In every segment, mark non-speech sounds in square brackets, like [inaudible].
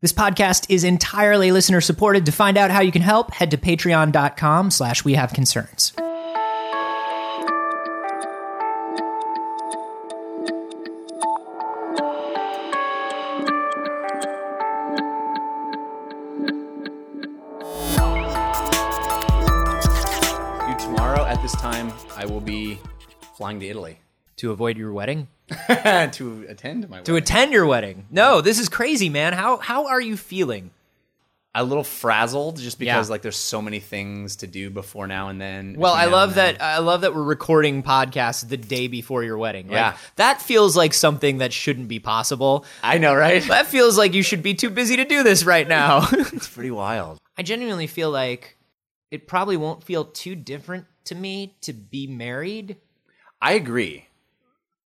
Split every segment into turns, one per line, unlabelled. This podcast is entirely listener supported. To find out how you can help, head to patreon.com slash we have concerns.
You tomorrow at this time, I will be flying to Italy
To avoid your wedding?
[laughs] to attend my
To
wedding.
attend your wedding. No, this is crazy, man. How how are you feeling?
a little frazzled just because
Yeah.
like there's so many things to do before now and then.
Well, I
between now
love
and then.
that I love that we're recording podcasts the day before your wedding. Like,
Yeah.
That feels like something that shouldn't be possible.
I know, right?
That feels like you should be too busy to do this right now. [laughs]
it's pretty wild.
I genuinely feel like it probably won't feel too different to me to be married.
I agree,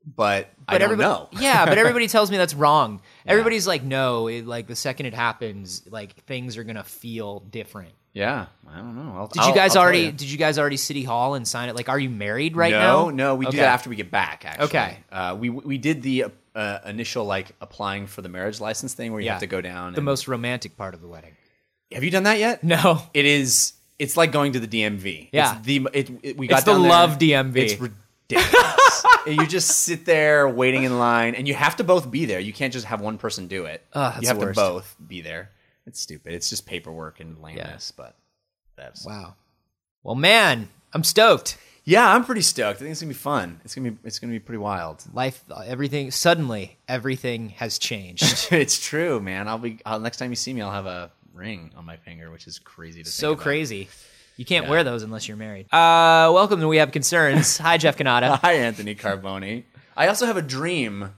but, I
But
don't
everybody,
know.
[laughs] yeah, but everybody tells me that's wrong. Everybody's like, no, it, like the second it happens, like things are gonna feel different.
Yeah, I don't know. I'll,
Did you guys already? Did you guys already city hall and sign it? Like, are you married right now?
no, no, we
Okay.
do that after we get back. Actually,
Okay.
Uh, we we did the uh, initial like applying for the marriage license thing where you
Yeah.
have to go down.
The
and-
most romantic part of the wedding. [laughs]
Have you done that yet?
No,
It is. It's like going to the DMV.
Yeah.
It's the it, it- we got
It's the
down there.
love DMV.
It's
[laughs]
ridiculous. And you just sit there waiting in line, and you have to both be there. You can't just have one person do it.
Ugh, that's
you have
the worst.
to both be there. It's stupid. It's just paperwork and lameness, but that's
wow. Well, man, I'm stoked.
yeah. I'm pretty stoked. I think it's gonna be fun. It's gonna be it's gonna be pretty wild. [laughs]
Life, everything. Suddenly, everything has
[laughs]
changed.
it's true, man. I'll be I'll, next time you see me, I'll have a ring on my finger, which is crazy to
so
think about.
crazy. You can't wear those unless you're married. Uh, welcome to We Have
[laughs]
Concerns. Hi, Jeff Canada.
Hi, Anthony Carboni. I also have a dream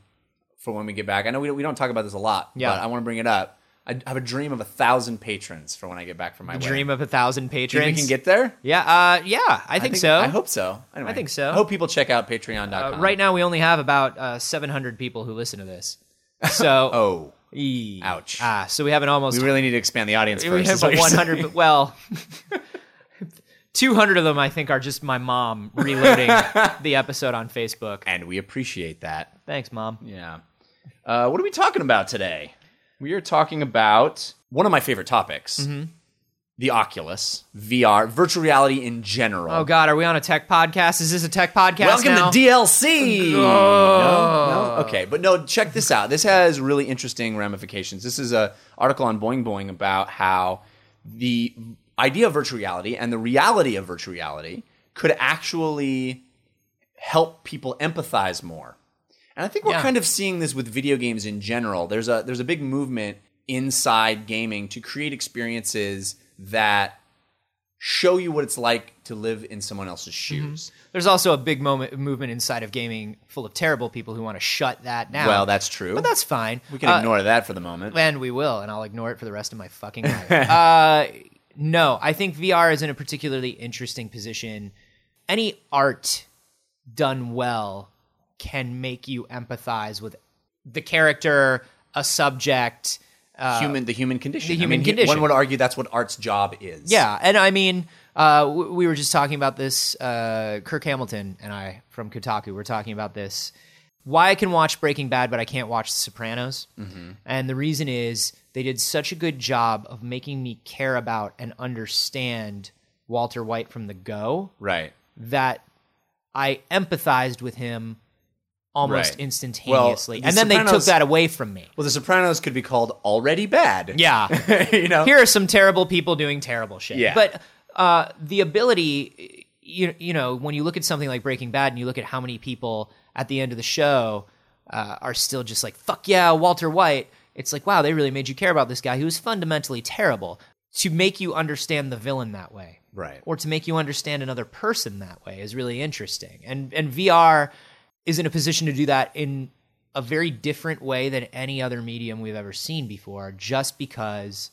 for when we get back. I know we, we don't talk about this a lot,
Yeah.
but I want to bring it up. I have a dream of a thousand patrons for when I get back from my
Dream of a thousand patrons.
Think we can get there.
yeah, uh, yeah, I, think, so.
I hope so. Anyway,
I think so.
I hope people check out Patreon.com
Uh, right now, we only have about uh, 700 people who listen to this. So,
[laughs] Oh,
Eee.
ouch.
Ah, so we have an almost
we really need to expand the audience.
we
first,
have
is what
a
you're
100.
[laughs] saying.
But, well, [laughs] 200 of them I think are just my mom
[laughs]
reloading the episode on Facebook.
and we appreciate that.
Thanks, mom.
Yeah. Uh, what are we talking about today? We are talking about one of my favorite topics:
Mm-hmm.
the Oculus VR, virtual reality in general.
Oh God, are we on a tech podcast? Is this a tech podcast?
Welcome
now?
to DLC. No, no. Okay, but no, check this out. This has really interesting ramifications. This is a article on Boing Boing about how the idea of virtual reality and the reality of virtual reality could actually help people empathize more. And I think we're
Yeah.
kind of seeing this with video games in general. There's a there's a big movement inside gaming to create experiences that show you what it's like to live in someone else's shoes.
There's also a big moment movement inside of gaming full of terrible people who want to shut that down.
Well, that's true.
but that's fine.
we can ignore
Uh,
that for the moment.
and we will, and I'll ignore it for the rest of my fucking life. uh, no, I think VR is in a particularly interesting position. Any art done well can make you empathize with the character, a subject. Uh,
human, the human condition.
the
I
human
mean,
condition.
One would argue that's what art's job is.
Yeah, and I mean, uh, w- we were just talking about this. Uh, Kirk Hamilton and I from Kotaku were talking about this. Why I can watch Breaking Bad, but I can't watch The Sopranos,
Mm-hmm.
and the reason is they did such a good job of making me care about and understand Walter White from the go
Right.
that I empathized with him almost
Right. Well,
instantaneously,
The
and then they took
Sopranos-
that away from me.
Well, The Sopranos could be called already bad.
[laughs] Yeah,
[laughs] you know.
here are some terrible people doing terrible shit.
Yeah.
But uh, the ability, you, you know, when you look at something like Breaking Bad and you look at how many people at the end of the show uh, are still just like, fuck yeah, Walter White, it's like, wow, they really made you care about this guy who was fundamentally terrible to make you understand the villain that way
Right.
or to make you understand another person that way is really interesting. And and VR is in a position to do that in a very different way than any other medium we've ever seen before just because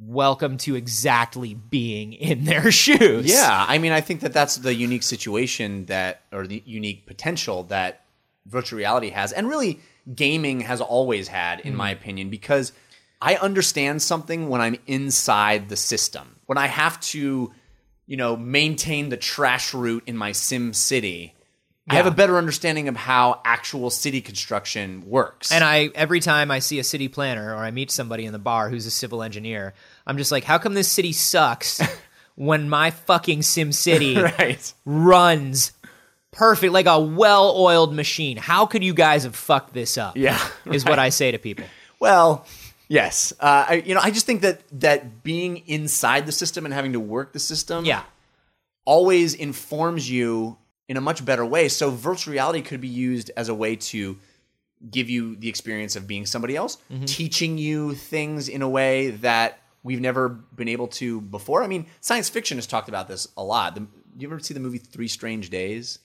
welcome to exactly being in their [laughs] shoes.
Yeah, I mean, I think that that's the unique situation that, or the unique potential that virtual reality has, and really gaming has always had,
Hmm.
in my opinion, because I understand something when I'm inside the system, when I have to, you know, maintain the trash route in my Sim City. I have a better understanding of how actual city construction works.
And I every time I see a city planner or I meet somebody in the bar who's a civil engineer, I'm just like, how come this city sucks when my fucking Sim City
[laughs] right.
runs perfect like a well-oiled machine? How could you guys have fucked this up?
Yeah,
is what I say to people.
Well, yes. Uh, I, you know, I just think that that being inside the system and having to work the system,
Yeah.
always informs you in a much better way. So virtual reality could be used as a way to give you the experience of being somebody else,
Mm-hmm.
teaching you things in a way that we've never been able to before. I mean, science fiction has talked about this a lot. The, you ever see the movie Three Strange Days?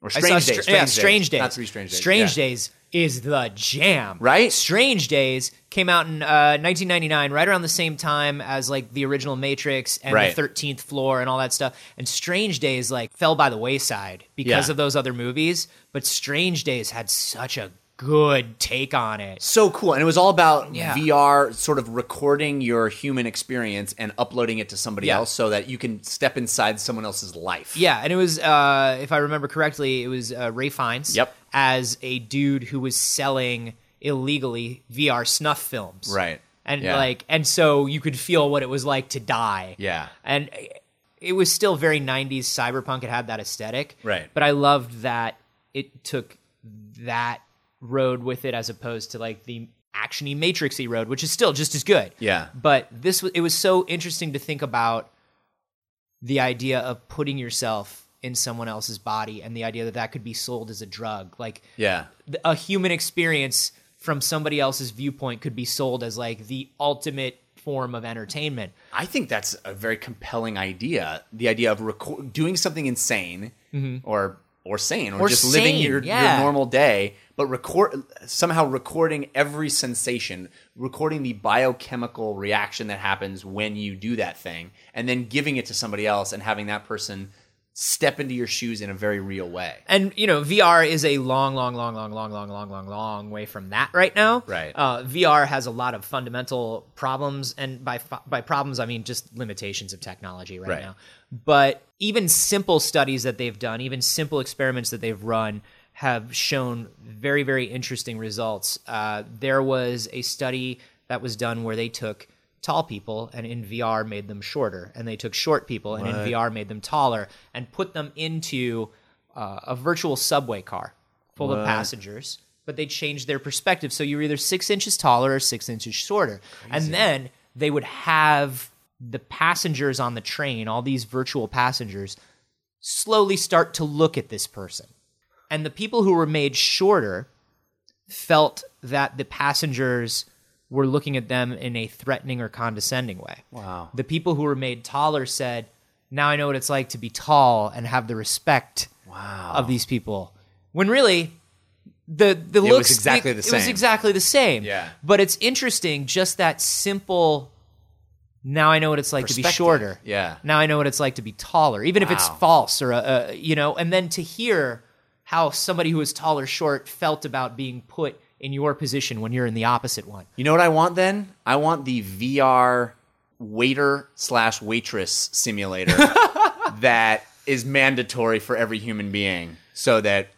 Or
I
Strange
saw
Days.
Str- yeah, Strange Days.
Not Three Strange Days.
Strange
yeah.
Days is the jam,
Right?
Strange Days came out in uh, 1999, right around the same time as like the original Matrix and
Right.
the 13th Floor and all that stuff. And Strange Days like fell by the wayside because
Yeah.
of those other movies, but Strange Days had such a good take on it.
so cool and it was all about
Yeah.
vr sort of recording your human experience and uploading it to somebody
Yeah.
else so that you can step inside someone else's life
Yeah, and it was uh, if I remember correctly, it was uh, Ray Fiennes
Yep.
as a dude who was selling illegally VR snuff films,
Right.
And
Yeah.
like, and so you could feel what it was like to die.
yeah
and it was still very 90s cyberpunk it had that aesthetic
Right.
but i loved that it took that road with it as opposed to like the actiony matrixy road which is still just as good
Yeah.
but this was it was so interesting to think about the idea of putting yourself in someone else's body and the idea that that could be sold as a drug like
yeah
th- a human experience from somebody else's viewpoint could be sold as like the ultimate form of entertainment
i think that's a very compelling idea the idea of record- doing something insane or or sane Mm-hmm. or,
Or
just living
sane,
your,
yeah.
your normal day but record somehow recording every sensation recording the biochemical reaction that happens when you do that thing and then giving it to somebody else and having that person step into your shoes in a very real way
and you know VR is a long, long, long, long, long, long, long, long, long way from that right now.
Right.
Uh, VR has a lot of fundamental problems, and by fu- by problems I mean just limitations of technology right,
Right.
now. But even simple studies that they've done, even simple experiments that they've run, have shown very, very interesting results. Uh, there was a study that was done where they took tall people and in VR made them shorter, and they took short people and in VR made them taller, and put them into uh, a virtual subway car full of passengers, but they changed their perspective. So you were either six inches taller or six inches shorter. And then they would have the passengers on the train, all these virtual passengers, slowly start to look at this person. And the people who were made shorter felt that the passengers were looking at them in a threatening or condescending way.
Wow.
The people who were made taller said, Now I know what it's like to be tall and have the respect
Wow.
of these people. When really, the the
was
looks
exactly
it-
the
It was
same.
exactly the same.
Yeah.
But it's interesting, just that simple. Now I know what it's like to be
Perspective.
shorter.
Yeah.
Now I know what it's like to be taller, even if it's
Wow.
false or a, a, you know. And then to hear how somebody who is tall or short felt about being put in your position when you're in the opposite one.
You know what I want then? I want the VR waiter slash waitress simulator [laughs] that is mandatory for every human being so that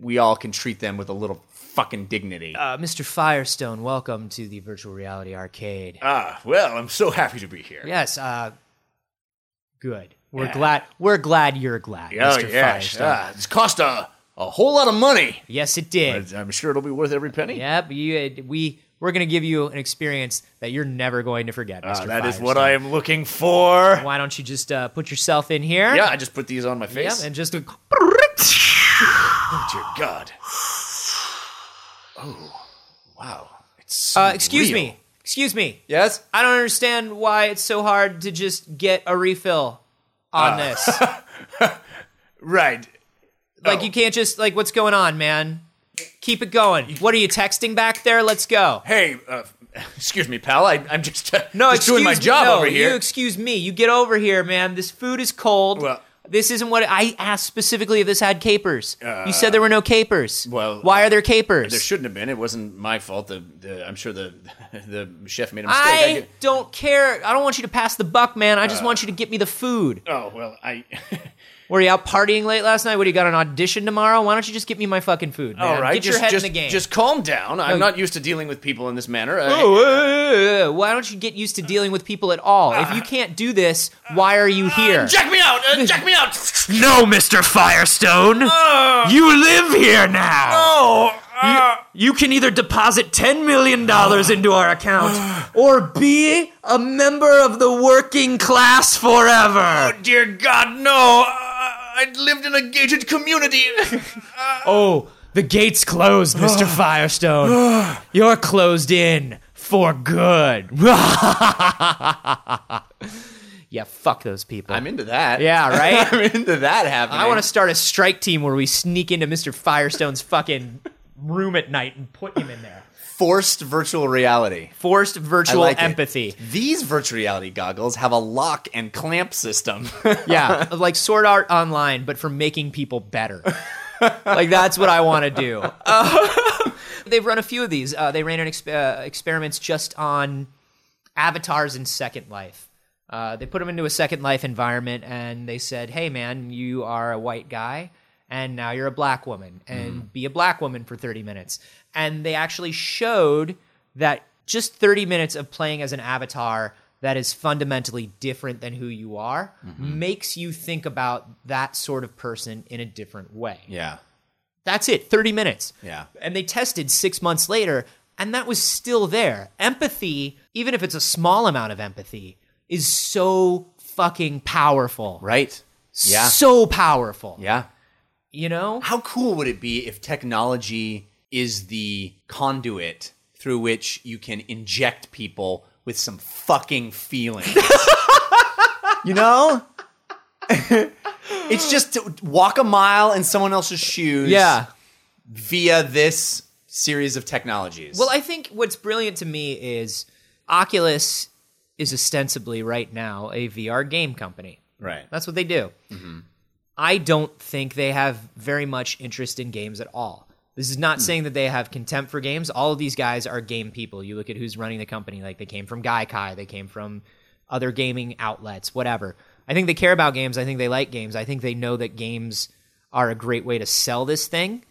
we all can treat them with a little fucking dignity.
Uh, Mr. Firestone, welcome to the virtual reality arcade.
Ah, well, I'm so happy to be here.
Yes. Uh, good. We're
Yeah. Oh,
glad. We're glad you're glad, Mr. Firestone.
it's cost a, a whole lot of money.
Yes, it did.
I'm sure it'll be worth every penny.
Yep. You. We. We're gonna give you an experience that you're never going to forget, Mr.
Uh, Ah, That is
Firestone.
am looking for.
Why don't you just uh, put yourself in here?
Yeah, I just put these on my
Yep,
face.
and just uh,
Oh, dear God. [sighs] Oh, wow. It's so
uh, excuse
real.
me, excuse me.
Yes?
I don't understand why it's so hard to just get a refill
Ah.
on
[laughs]
this.
Right.
like
Oh.
you can't just like what's going on, man? Keep it going. What are you texting back there? Let's go.
Hey, uh, excuse me, pal. I, I'm just, uh,
No,
just doing my
excuse-
job
no,
over
You
here.
excuse me. You get over here, man. This food is cold.
Well-
this isn't what I asked specifically if this had capers. you said there were no capers.
Uh, well,
why
uh,
are there capers?
there shouldn't have been. It wasn't my fault. The, the I'm sure the [laughs] the chef made a mistake.
I
get- Uh,
don't care. I don't want you to pass the buck, man. I just want you to get me the food.
oh well, I
Were you out partying late last night? What do you got an audition tomorrow? Why don't you just get me my fucking food? Man?
All right,
get
just,
your head
just,
in the game.
Just calm down. I'm not used to dealing with people in this manner. I-
Oh, uh, why don't you get used to dealing with people at all? If
Ah.
you can't do this, why are you here?
Jack me out!
[laughs]
Uh, jack me out!
No, Mr. Firestone. you live here now.
Oh!
You can either deposit $10 million into our account or be a member of the working class forever.
Dear God, no! Uh, I lived in a gated community. [laughs]
Oh, the gate's closed, [sighs] Mr. [sighs] Firestone. You're closed in for good. [laughs] yeah, fuck those people.
I'm into that.
yeah, right?
[laughs] I'm into that happening.
I want to start a strike team where we sneak into Mr. Firestone's fucking room at night and put him in there.
forced virtual reality.
Forced
I
virtual
like it.
empathy.
These virtual reality goggles have a lock and clamp system. [laughs]
[laughs] Yeah, like Sword Art Online, but for making people better. like that's what I want to do. [laughs] Uh, they've run a few of these. Uh, they ran an exp- uh, experiments just on avatars in Second Life. Uh, they put them into a Second Life environment, and they said, "Hey, man, you are a white guy." And now you're a black woman, and be a black woman for 30 minutes. And they actually showed that just 30 minutes of playing as an avatar that is fundamentally different than who you are makes you think about that sort of person in a different way.
yeah.
That's it, 30 minutes.
Yeah.
And they tested six months later, and that was still there. Empathy, even if it's a small amount of empathy, is so fucking powerful.
Right? Yeah.
So powerful.
yeah.
You know?
How cool would it be if technology is the conduit through which you can inject people with some fucking feelings? [laughs] you know? [laughs] it's just to walk a mile in someone else's shoes
Yeah.
via this series of technologies.
Well, I think what's brilliant to me is Oculus is ostensibly right now a VR game company.
right.
That's what they do. I don't think they have very much interest in games at all. This is not saying that they have contempt for games. All of these guys are game people. You look at who's running the company, like they came from Gaikai, they came from other gaming outlets, whatever. I think they care about games. I think they like games. I think they know that games are a great way to sell this thing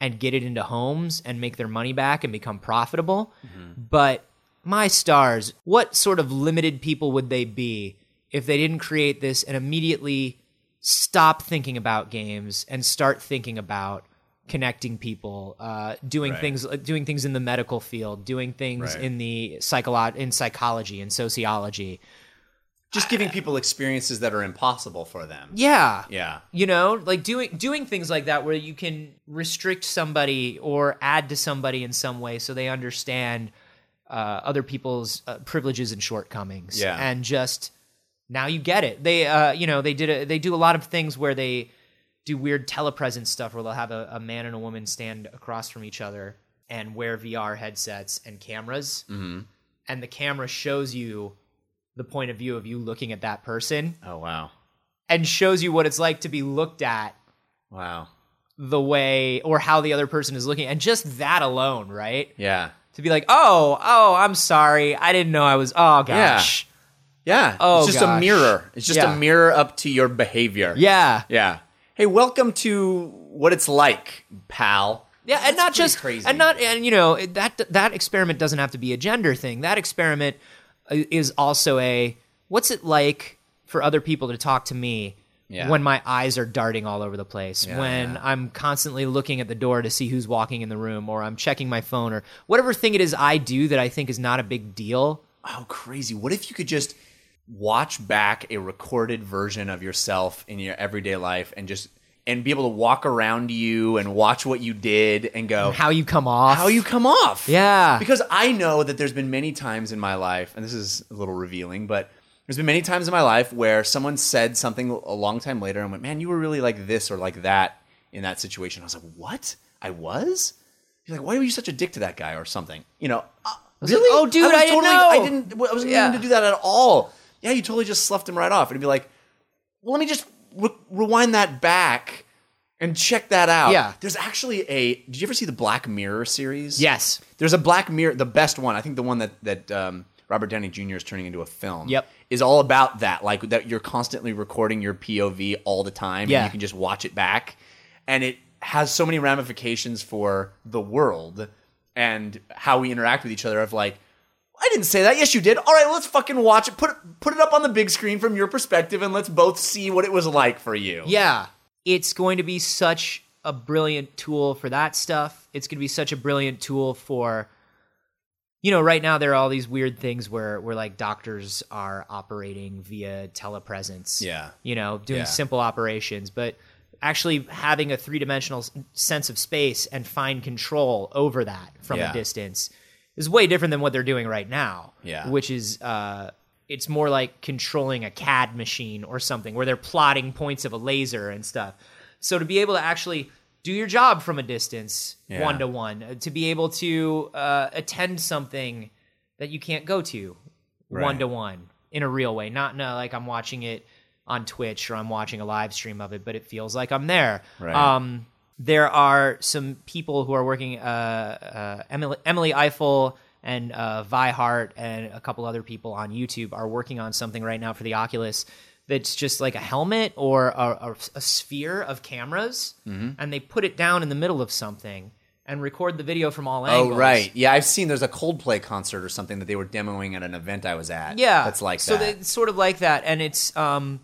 and get it into homes and make their money back and become profitable. But my stars, what sort of limited people would they be if they didn't create this and immediately stop thinking about games and start thinking about connecting people, uh, doing things, doing things in the medical field, doing things
Right.
in the psycholo- in psychology and sociology.
Just giving people experiences that are impossible for them.
Yeah,
Yeah.
you know like doing doing things like that where you can restrict somebody or add to somebody in some way so they understand uh, other people's uh, privileges and shortcomings
Yeah.
and just now you get it they uh, you know they did a, they do a lot of things where they do weird telepresence stuff where they'll have a, a man and a woman stand across from each other and wear vr headsets and cameras and the camera shows you the point of view of you looking at that person
Oh, wow.
and shows you what it's like to be looked at
Wow.
the way or how the other person is looking and just that alone right
Yeah.
to be like oh oh i'm sorry i didn't know i was oh gosh
Yeah.
Oh,
it's just
gosh.
a mirror. It's just
Yeah.
a mirror up to your behavior.
yeah
Yeah. Hey, welcome to what it's like, pal.
yeah and not
pretty
just
crazy.
and not and you know it- that that experiment doesn't have to be a gender thing that experiment uh, is also a what's it like for other people to talk to me
Yeah.
when my eyes are darting all over the place when i'm constantly looking at the door to see who's walking in the room or i'm checking my phone or whatever thing it is i do that i think is not a big deal
Oh, crazy. What if you could just watch back a recorded version of yourself in your everyday life and just and be able to walk around you and watch what you did and go
how you come off
how you come off.
Yeah.
Because I know that there's been many times in my life, and this is a little revealing, but there's been many times in my life where someone said something a long time later and went, man, you were really like this or like that in that situation. I was like, what? I was? You're like, why were you such a dick to that guy or something? You know, uh, really?
"Oh, dude,
was
I didn't
totally-
know."
I didn't, I wasn't
Yeah.
meaning to do that at all. Yeah, you totally just sloughed him right off. And it'd be like, well, let me just re- rewind that back and check that out.
Yeah.
There's actually a, did you ever see the Black Mirror series?
yes
There's a Black Mirror, the best one. I think the one that that um, Robert Downey Jr. is turning into a film.
Yep.
Is all about that. Like that you're constantly recording your POV all the time
Yeah.
and you can just watch it back. And it has so many ramifications for the world and how we interact with each other of like, I didn't say that. Yes, you did. All right, well, let's fucking watch it. Put it, put it up on the big screen from your perspective, and let's both see what it was like for you.
Yeah. It's going to be such a brilliant tool for that stuff. It's going to be such a brilliant tool for you know, right now there are all these weird things where where like doctors are operating via telepresence.
Yeah.
You know, doing
Yeah.
simple operations, but actually having a three-dimensional s- sense of space and fine control over that from
Yeah.
a distance is way different than what they're doing right now.
Yeah.
Which is uh it's more like controlling a CAD machine or something where they're plotting points of a laser and stuff. So to be able to actually do your job from a distance,
Yeah.
one to one, uh, to be able to uh, attend something that you can't go to
Right.
one to one in a real way, not in a, like I'm watching it on Twitch or I'm watching a live stream of it, but it feels like I'm there.
Right.
Um, there are some people who are working, uh, uh, Emily, Emily Eiffel and uh, Vi Hart and a couple other people on YouTube are working on something right now for the Oculus that's just like a helmet or a, a- a sphere of cameras,
Mm-hmm.
and they put it down in the middle of something and record the video from all
Oh
angles.
right, yeah. I've seen there's a Coldplay concert or something that they were demoing at an event I was at.
Yeah,
that's like
so
that.
they- it's sort of like that, and it's um,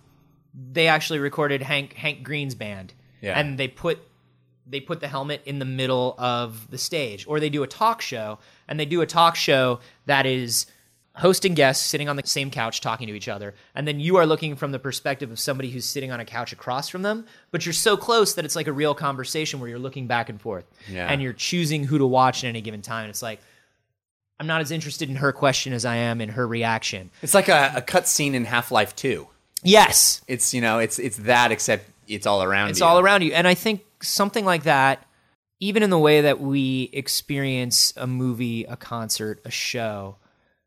they actually recorded Hank Hank Green's band,
Yeah.
and they put they put the helmet in the middle of the stage, or they do a talk show, and they do a talk show that is host and guests sitting on the same couch talking to each other and then you are looking from the perspective of somebody who's sitting on a couch across from them but you're so close that it's like a real conversation where you're looking back and forth
Yeah.
and you're choosing who to watch at any given time and it's like i'm not as interested in her question as i am in her reaction
it's like a, a cut scene in Half Life Two.
Yes.
It's you know, it's it's that except it's all around.
It's
you.
all around you. And I think something like that, even in the way that we experience a movie, a concert, a show,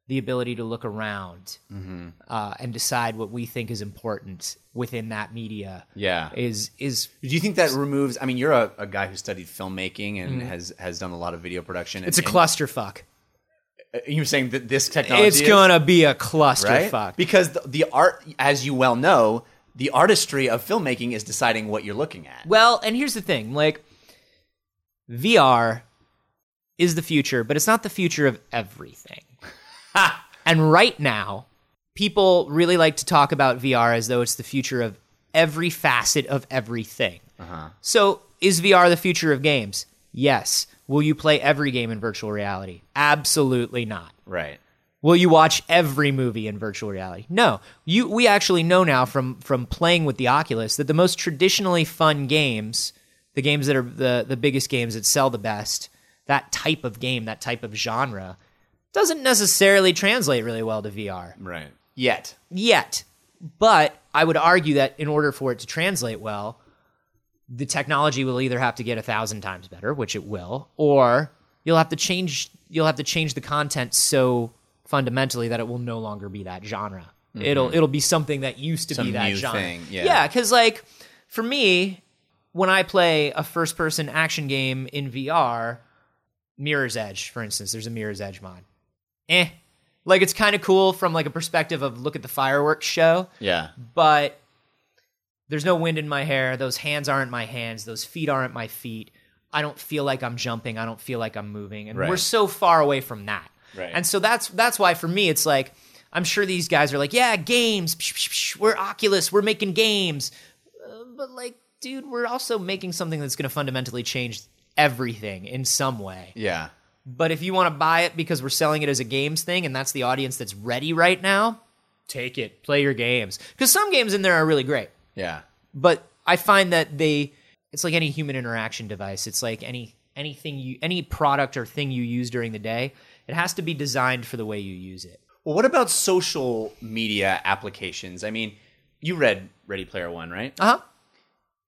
the ability to look around uh, and decide what we think is important within that media
Yeah.
is is
Do you think that removes? I mean, you're a, a guy who studied filmmaking and has has done a lot of video production.
Mm-hmm. it's a
and,
clusterfuck.
and You're saying that this technology
It's
is-
gonna be a clusterfuck.
Because the, the art, as you well know, the artistry of filmmaking is deciding what you're looking at.
Well, and here's the thing like, VR is the future, but it's not the future of everything. and right now, people really like to talk about VR as though it's the future of every facet of everything. So, is VR the future of games? Yes. Will you play every game in virtual reality? Absolutely not.
Right.
Will you watch every movie in virtual reality? No. You we actually know now from from playing with the Oculus that the most traditionally fun games, the games that are the the biggest games that sell the best, that type of game, that type of genre doesn't necessarily translate really well to VR
Right. Yet.
yet. But I would argue that in order for it to translate well, the technology will either have to get a thousand times better, which it will, or you'll have to change you'll have to change the content so fundamentally that it will no longer be that genre. It'll it'll be something that used to
Mm-hmm. Some
be that
new
genre.
thing, yeah.
yeah, because like for me, when I play a first person action game in VR, Mirror's Edge, for instance, there's a Mirror's Edge mod. Eh. Like it's kind of cool from like a perspective of look at the fireworks show,
Yeah.
but there's no wind in my hair. Those hands aren't my hands. Those feet aren't my feet. I don't feel like I'm jumping. I don't feel like I'm moving. And
Right.
we're so far away from that.
Right.
And so that's that's why for me it's like I'm sure these guys are like, yeah, games. Psh, psh, psh, we're Oculus. We're making games. Uh, but like, dude, we're also making something that's going to fundamentally change everything in some way.
Yeah.
But if you want to buy it because we're selling it as a games thing and that's the audience that's ready right now, take it. Play your games. Because some games in there are really great.
Yeah.
But I find that they it's like any human interaction device. It's like any anything you any product or thing you use during the day. It has to be designed for the way you use it.
Well, what about social media applications? I mean, you read Ready Player One, right?
Uh-huh.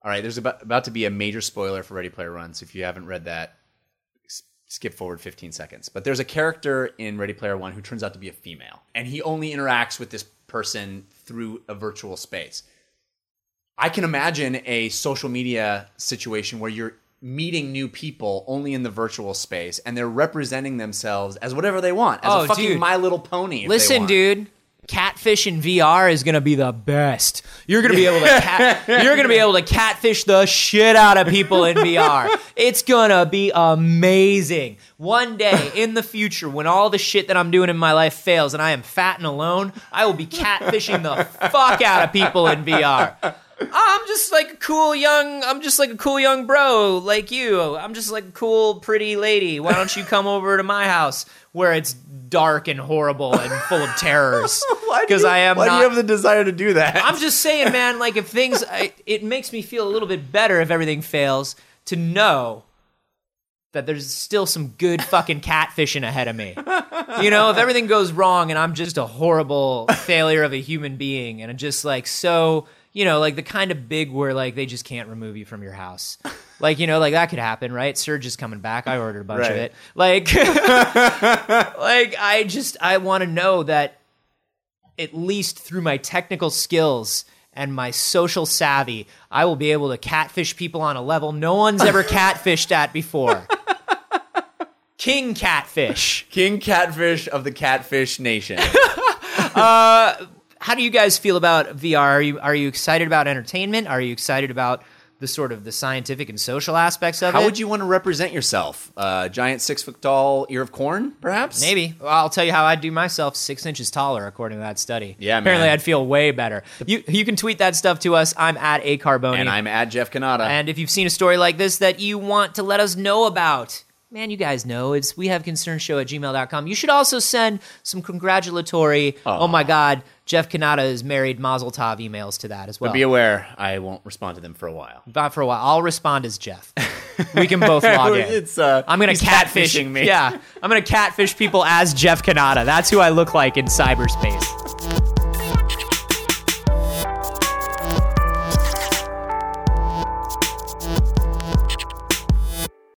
All right. There's about, about to be a major spoiler for Ready Player One. So if you haven't read that, s- skip forward 15 seconds. But there's a character in Ready Player One who turns out to be a female, and he only interacts with this person through a virtual space. I can imagine a social media situation where you're meeting new people only in the virtual space and they're representing themselves as whatever they want as a
Oh,
fucking
dude.
my little pony if they
Listen,
want.
dude. Catfish in VR is gonna be the best. You're gonna be able to
[laughs]
cat, you're gonna be able to catfish the shit out of people in VR. It's gonna be amazing. One day in the future, when all the shit that I'm doing in my life fails and I am fat and alone, I will be catfishing the fuck out of people in VR. I'm just like a cool young. I'm just like a cool young bro, like you. I'm just like a cool, pretty lady. Why don't you come over to my house where it's dark and horrible and full of terrors?
[laughs] [laughs] Why do
Because
you-
I am
why do
not.
you have the desire to do
[laughs]
that
I'm just saying, man. Like if things, I, it makes me feel a little bit better if everything fails to know that there's still some good fucking catfishing ahead of me. You know, if everything goes wrong and I'm just a horrible failure of a human being and I'm just like so, you know, like the kind of big where like they just can't remove you from your house. Like, you know, like that could happen, right? Surge is coming back. I ordered a bunch of
Right.
it. Like [laughs] like I just I want to know that at least through my technical skills and my social savvy, I will be able to catfish people on a level no one's ever catfished at before. King catfish.
[laughs] king catfish of the
[laughs]
catfish nation
how do you guys feel about VR? Are you are you excited about entertainment? Are you excited about the sort of the scientific and social aspects of it?
how would you want to represent yourself uh, giant six foot tall ear of corn perhaps
Maybe Well, I'll tell you how I'd do myself six inches taller, according to that study.
Yeah,
apparently
man.
I'd feel way better. You you can tweet that stuff to us. I'm at a carboni.
and i'm at jeff canada
And if you've seen a story like this that you want to let us know about, man, you guys know it's we have concern show at gmail.com. You should also send some congratulatory, oh my God, Jeff Kanata is married, Mazel Tov emails to that as well.
be aware i won't respond to them for a while
Not for a while. I'll respond as Jeff. We can both
[laughs]
log in.
It's, uh,
I'm gonna
he's
catfish
catfishing me.
Yeah, I'm gonna catfish people as Jeff Kanata. That's who I look like in cyberspace.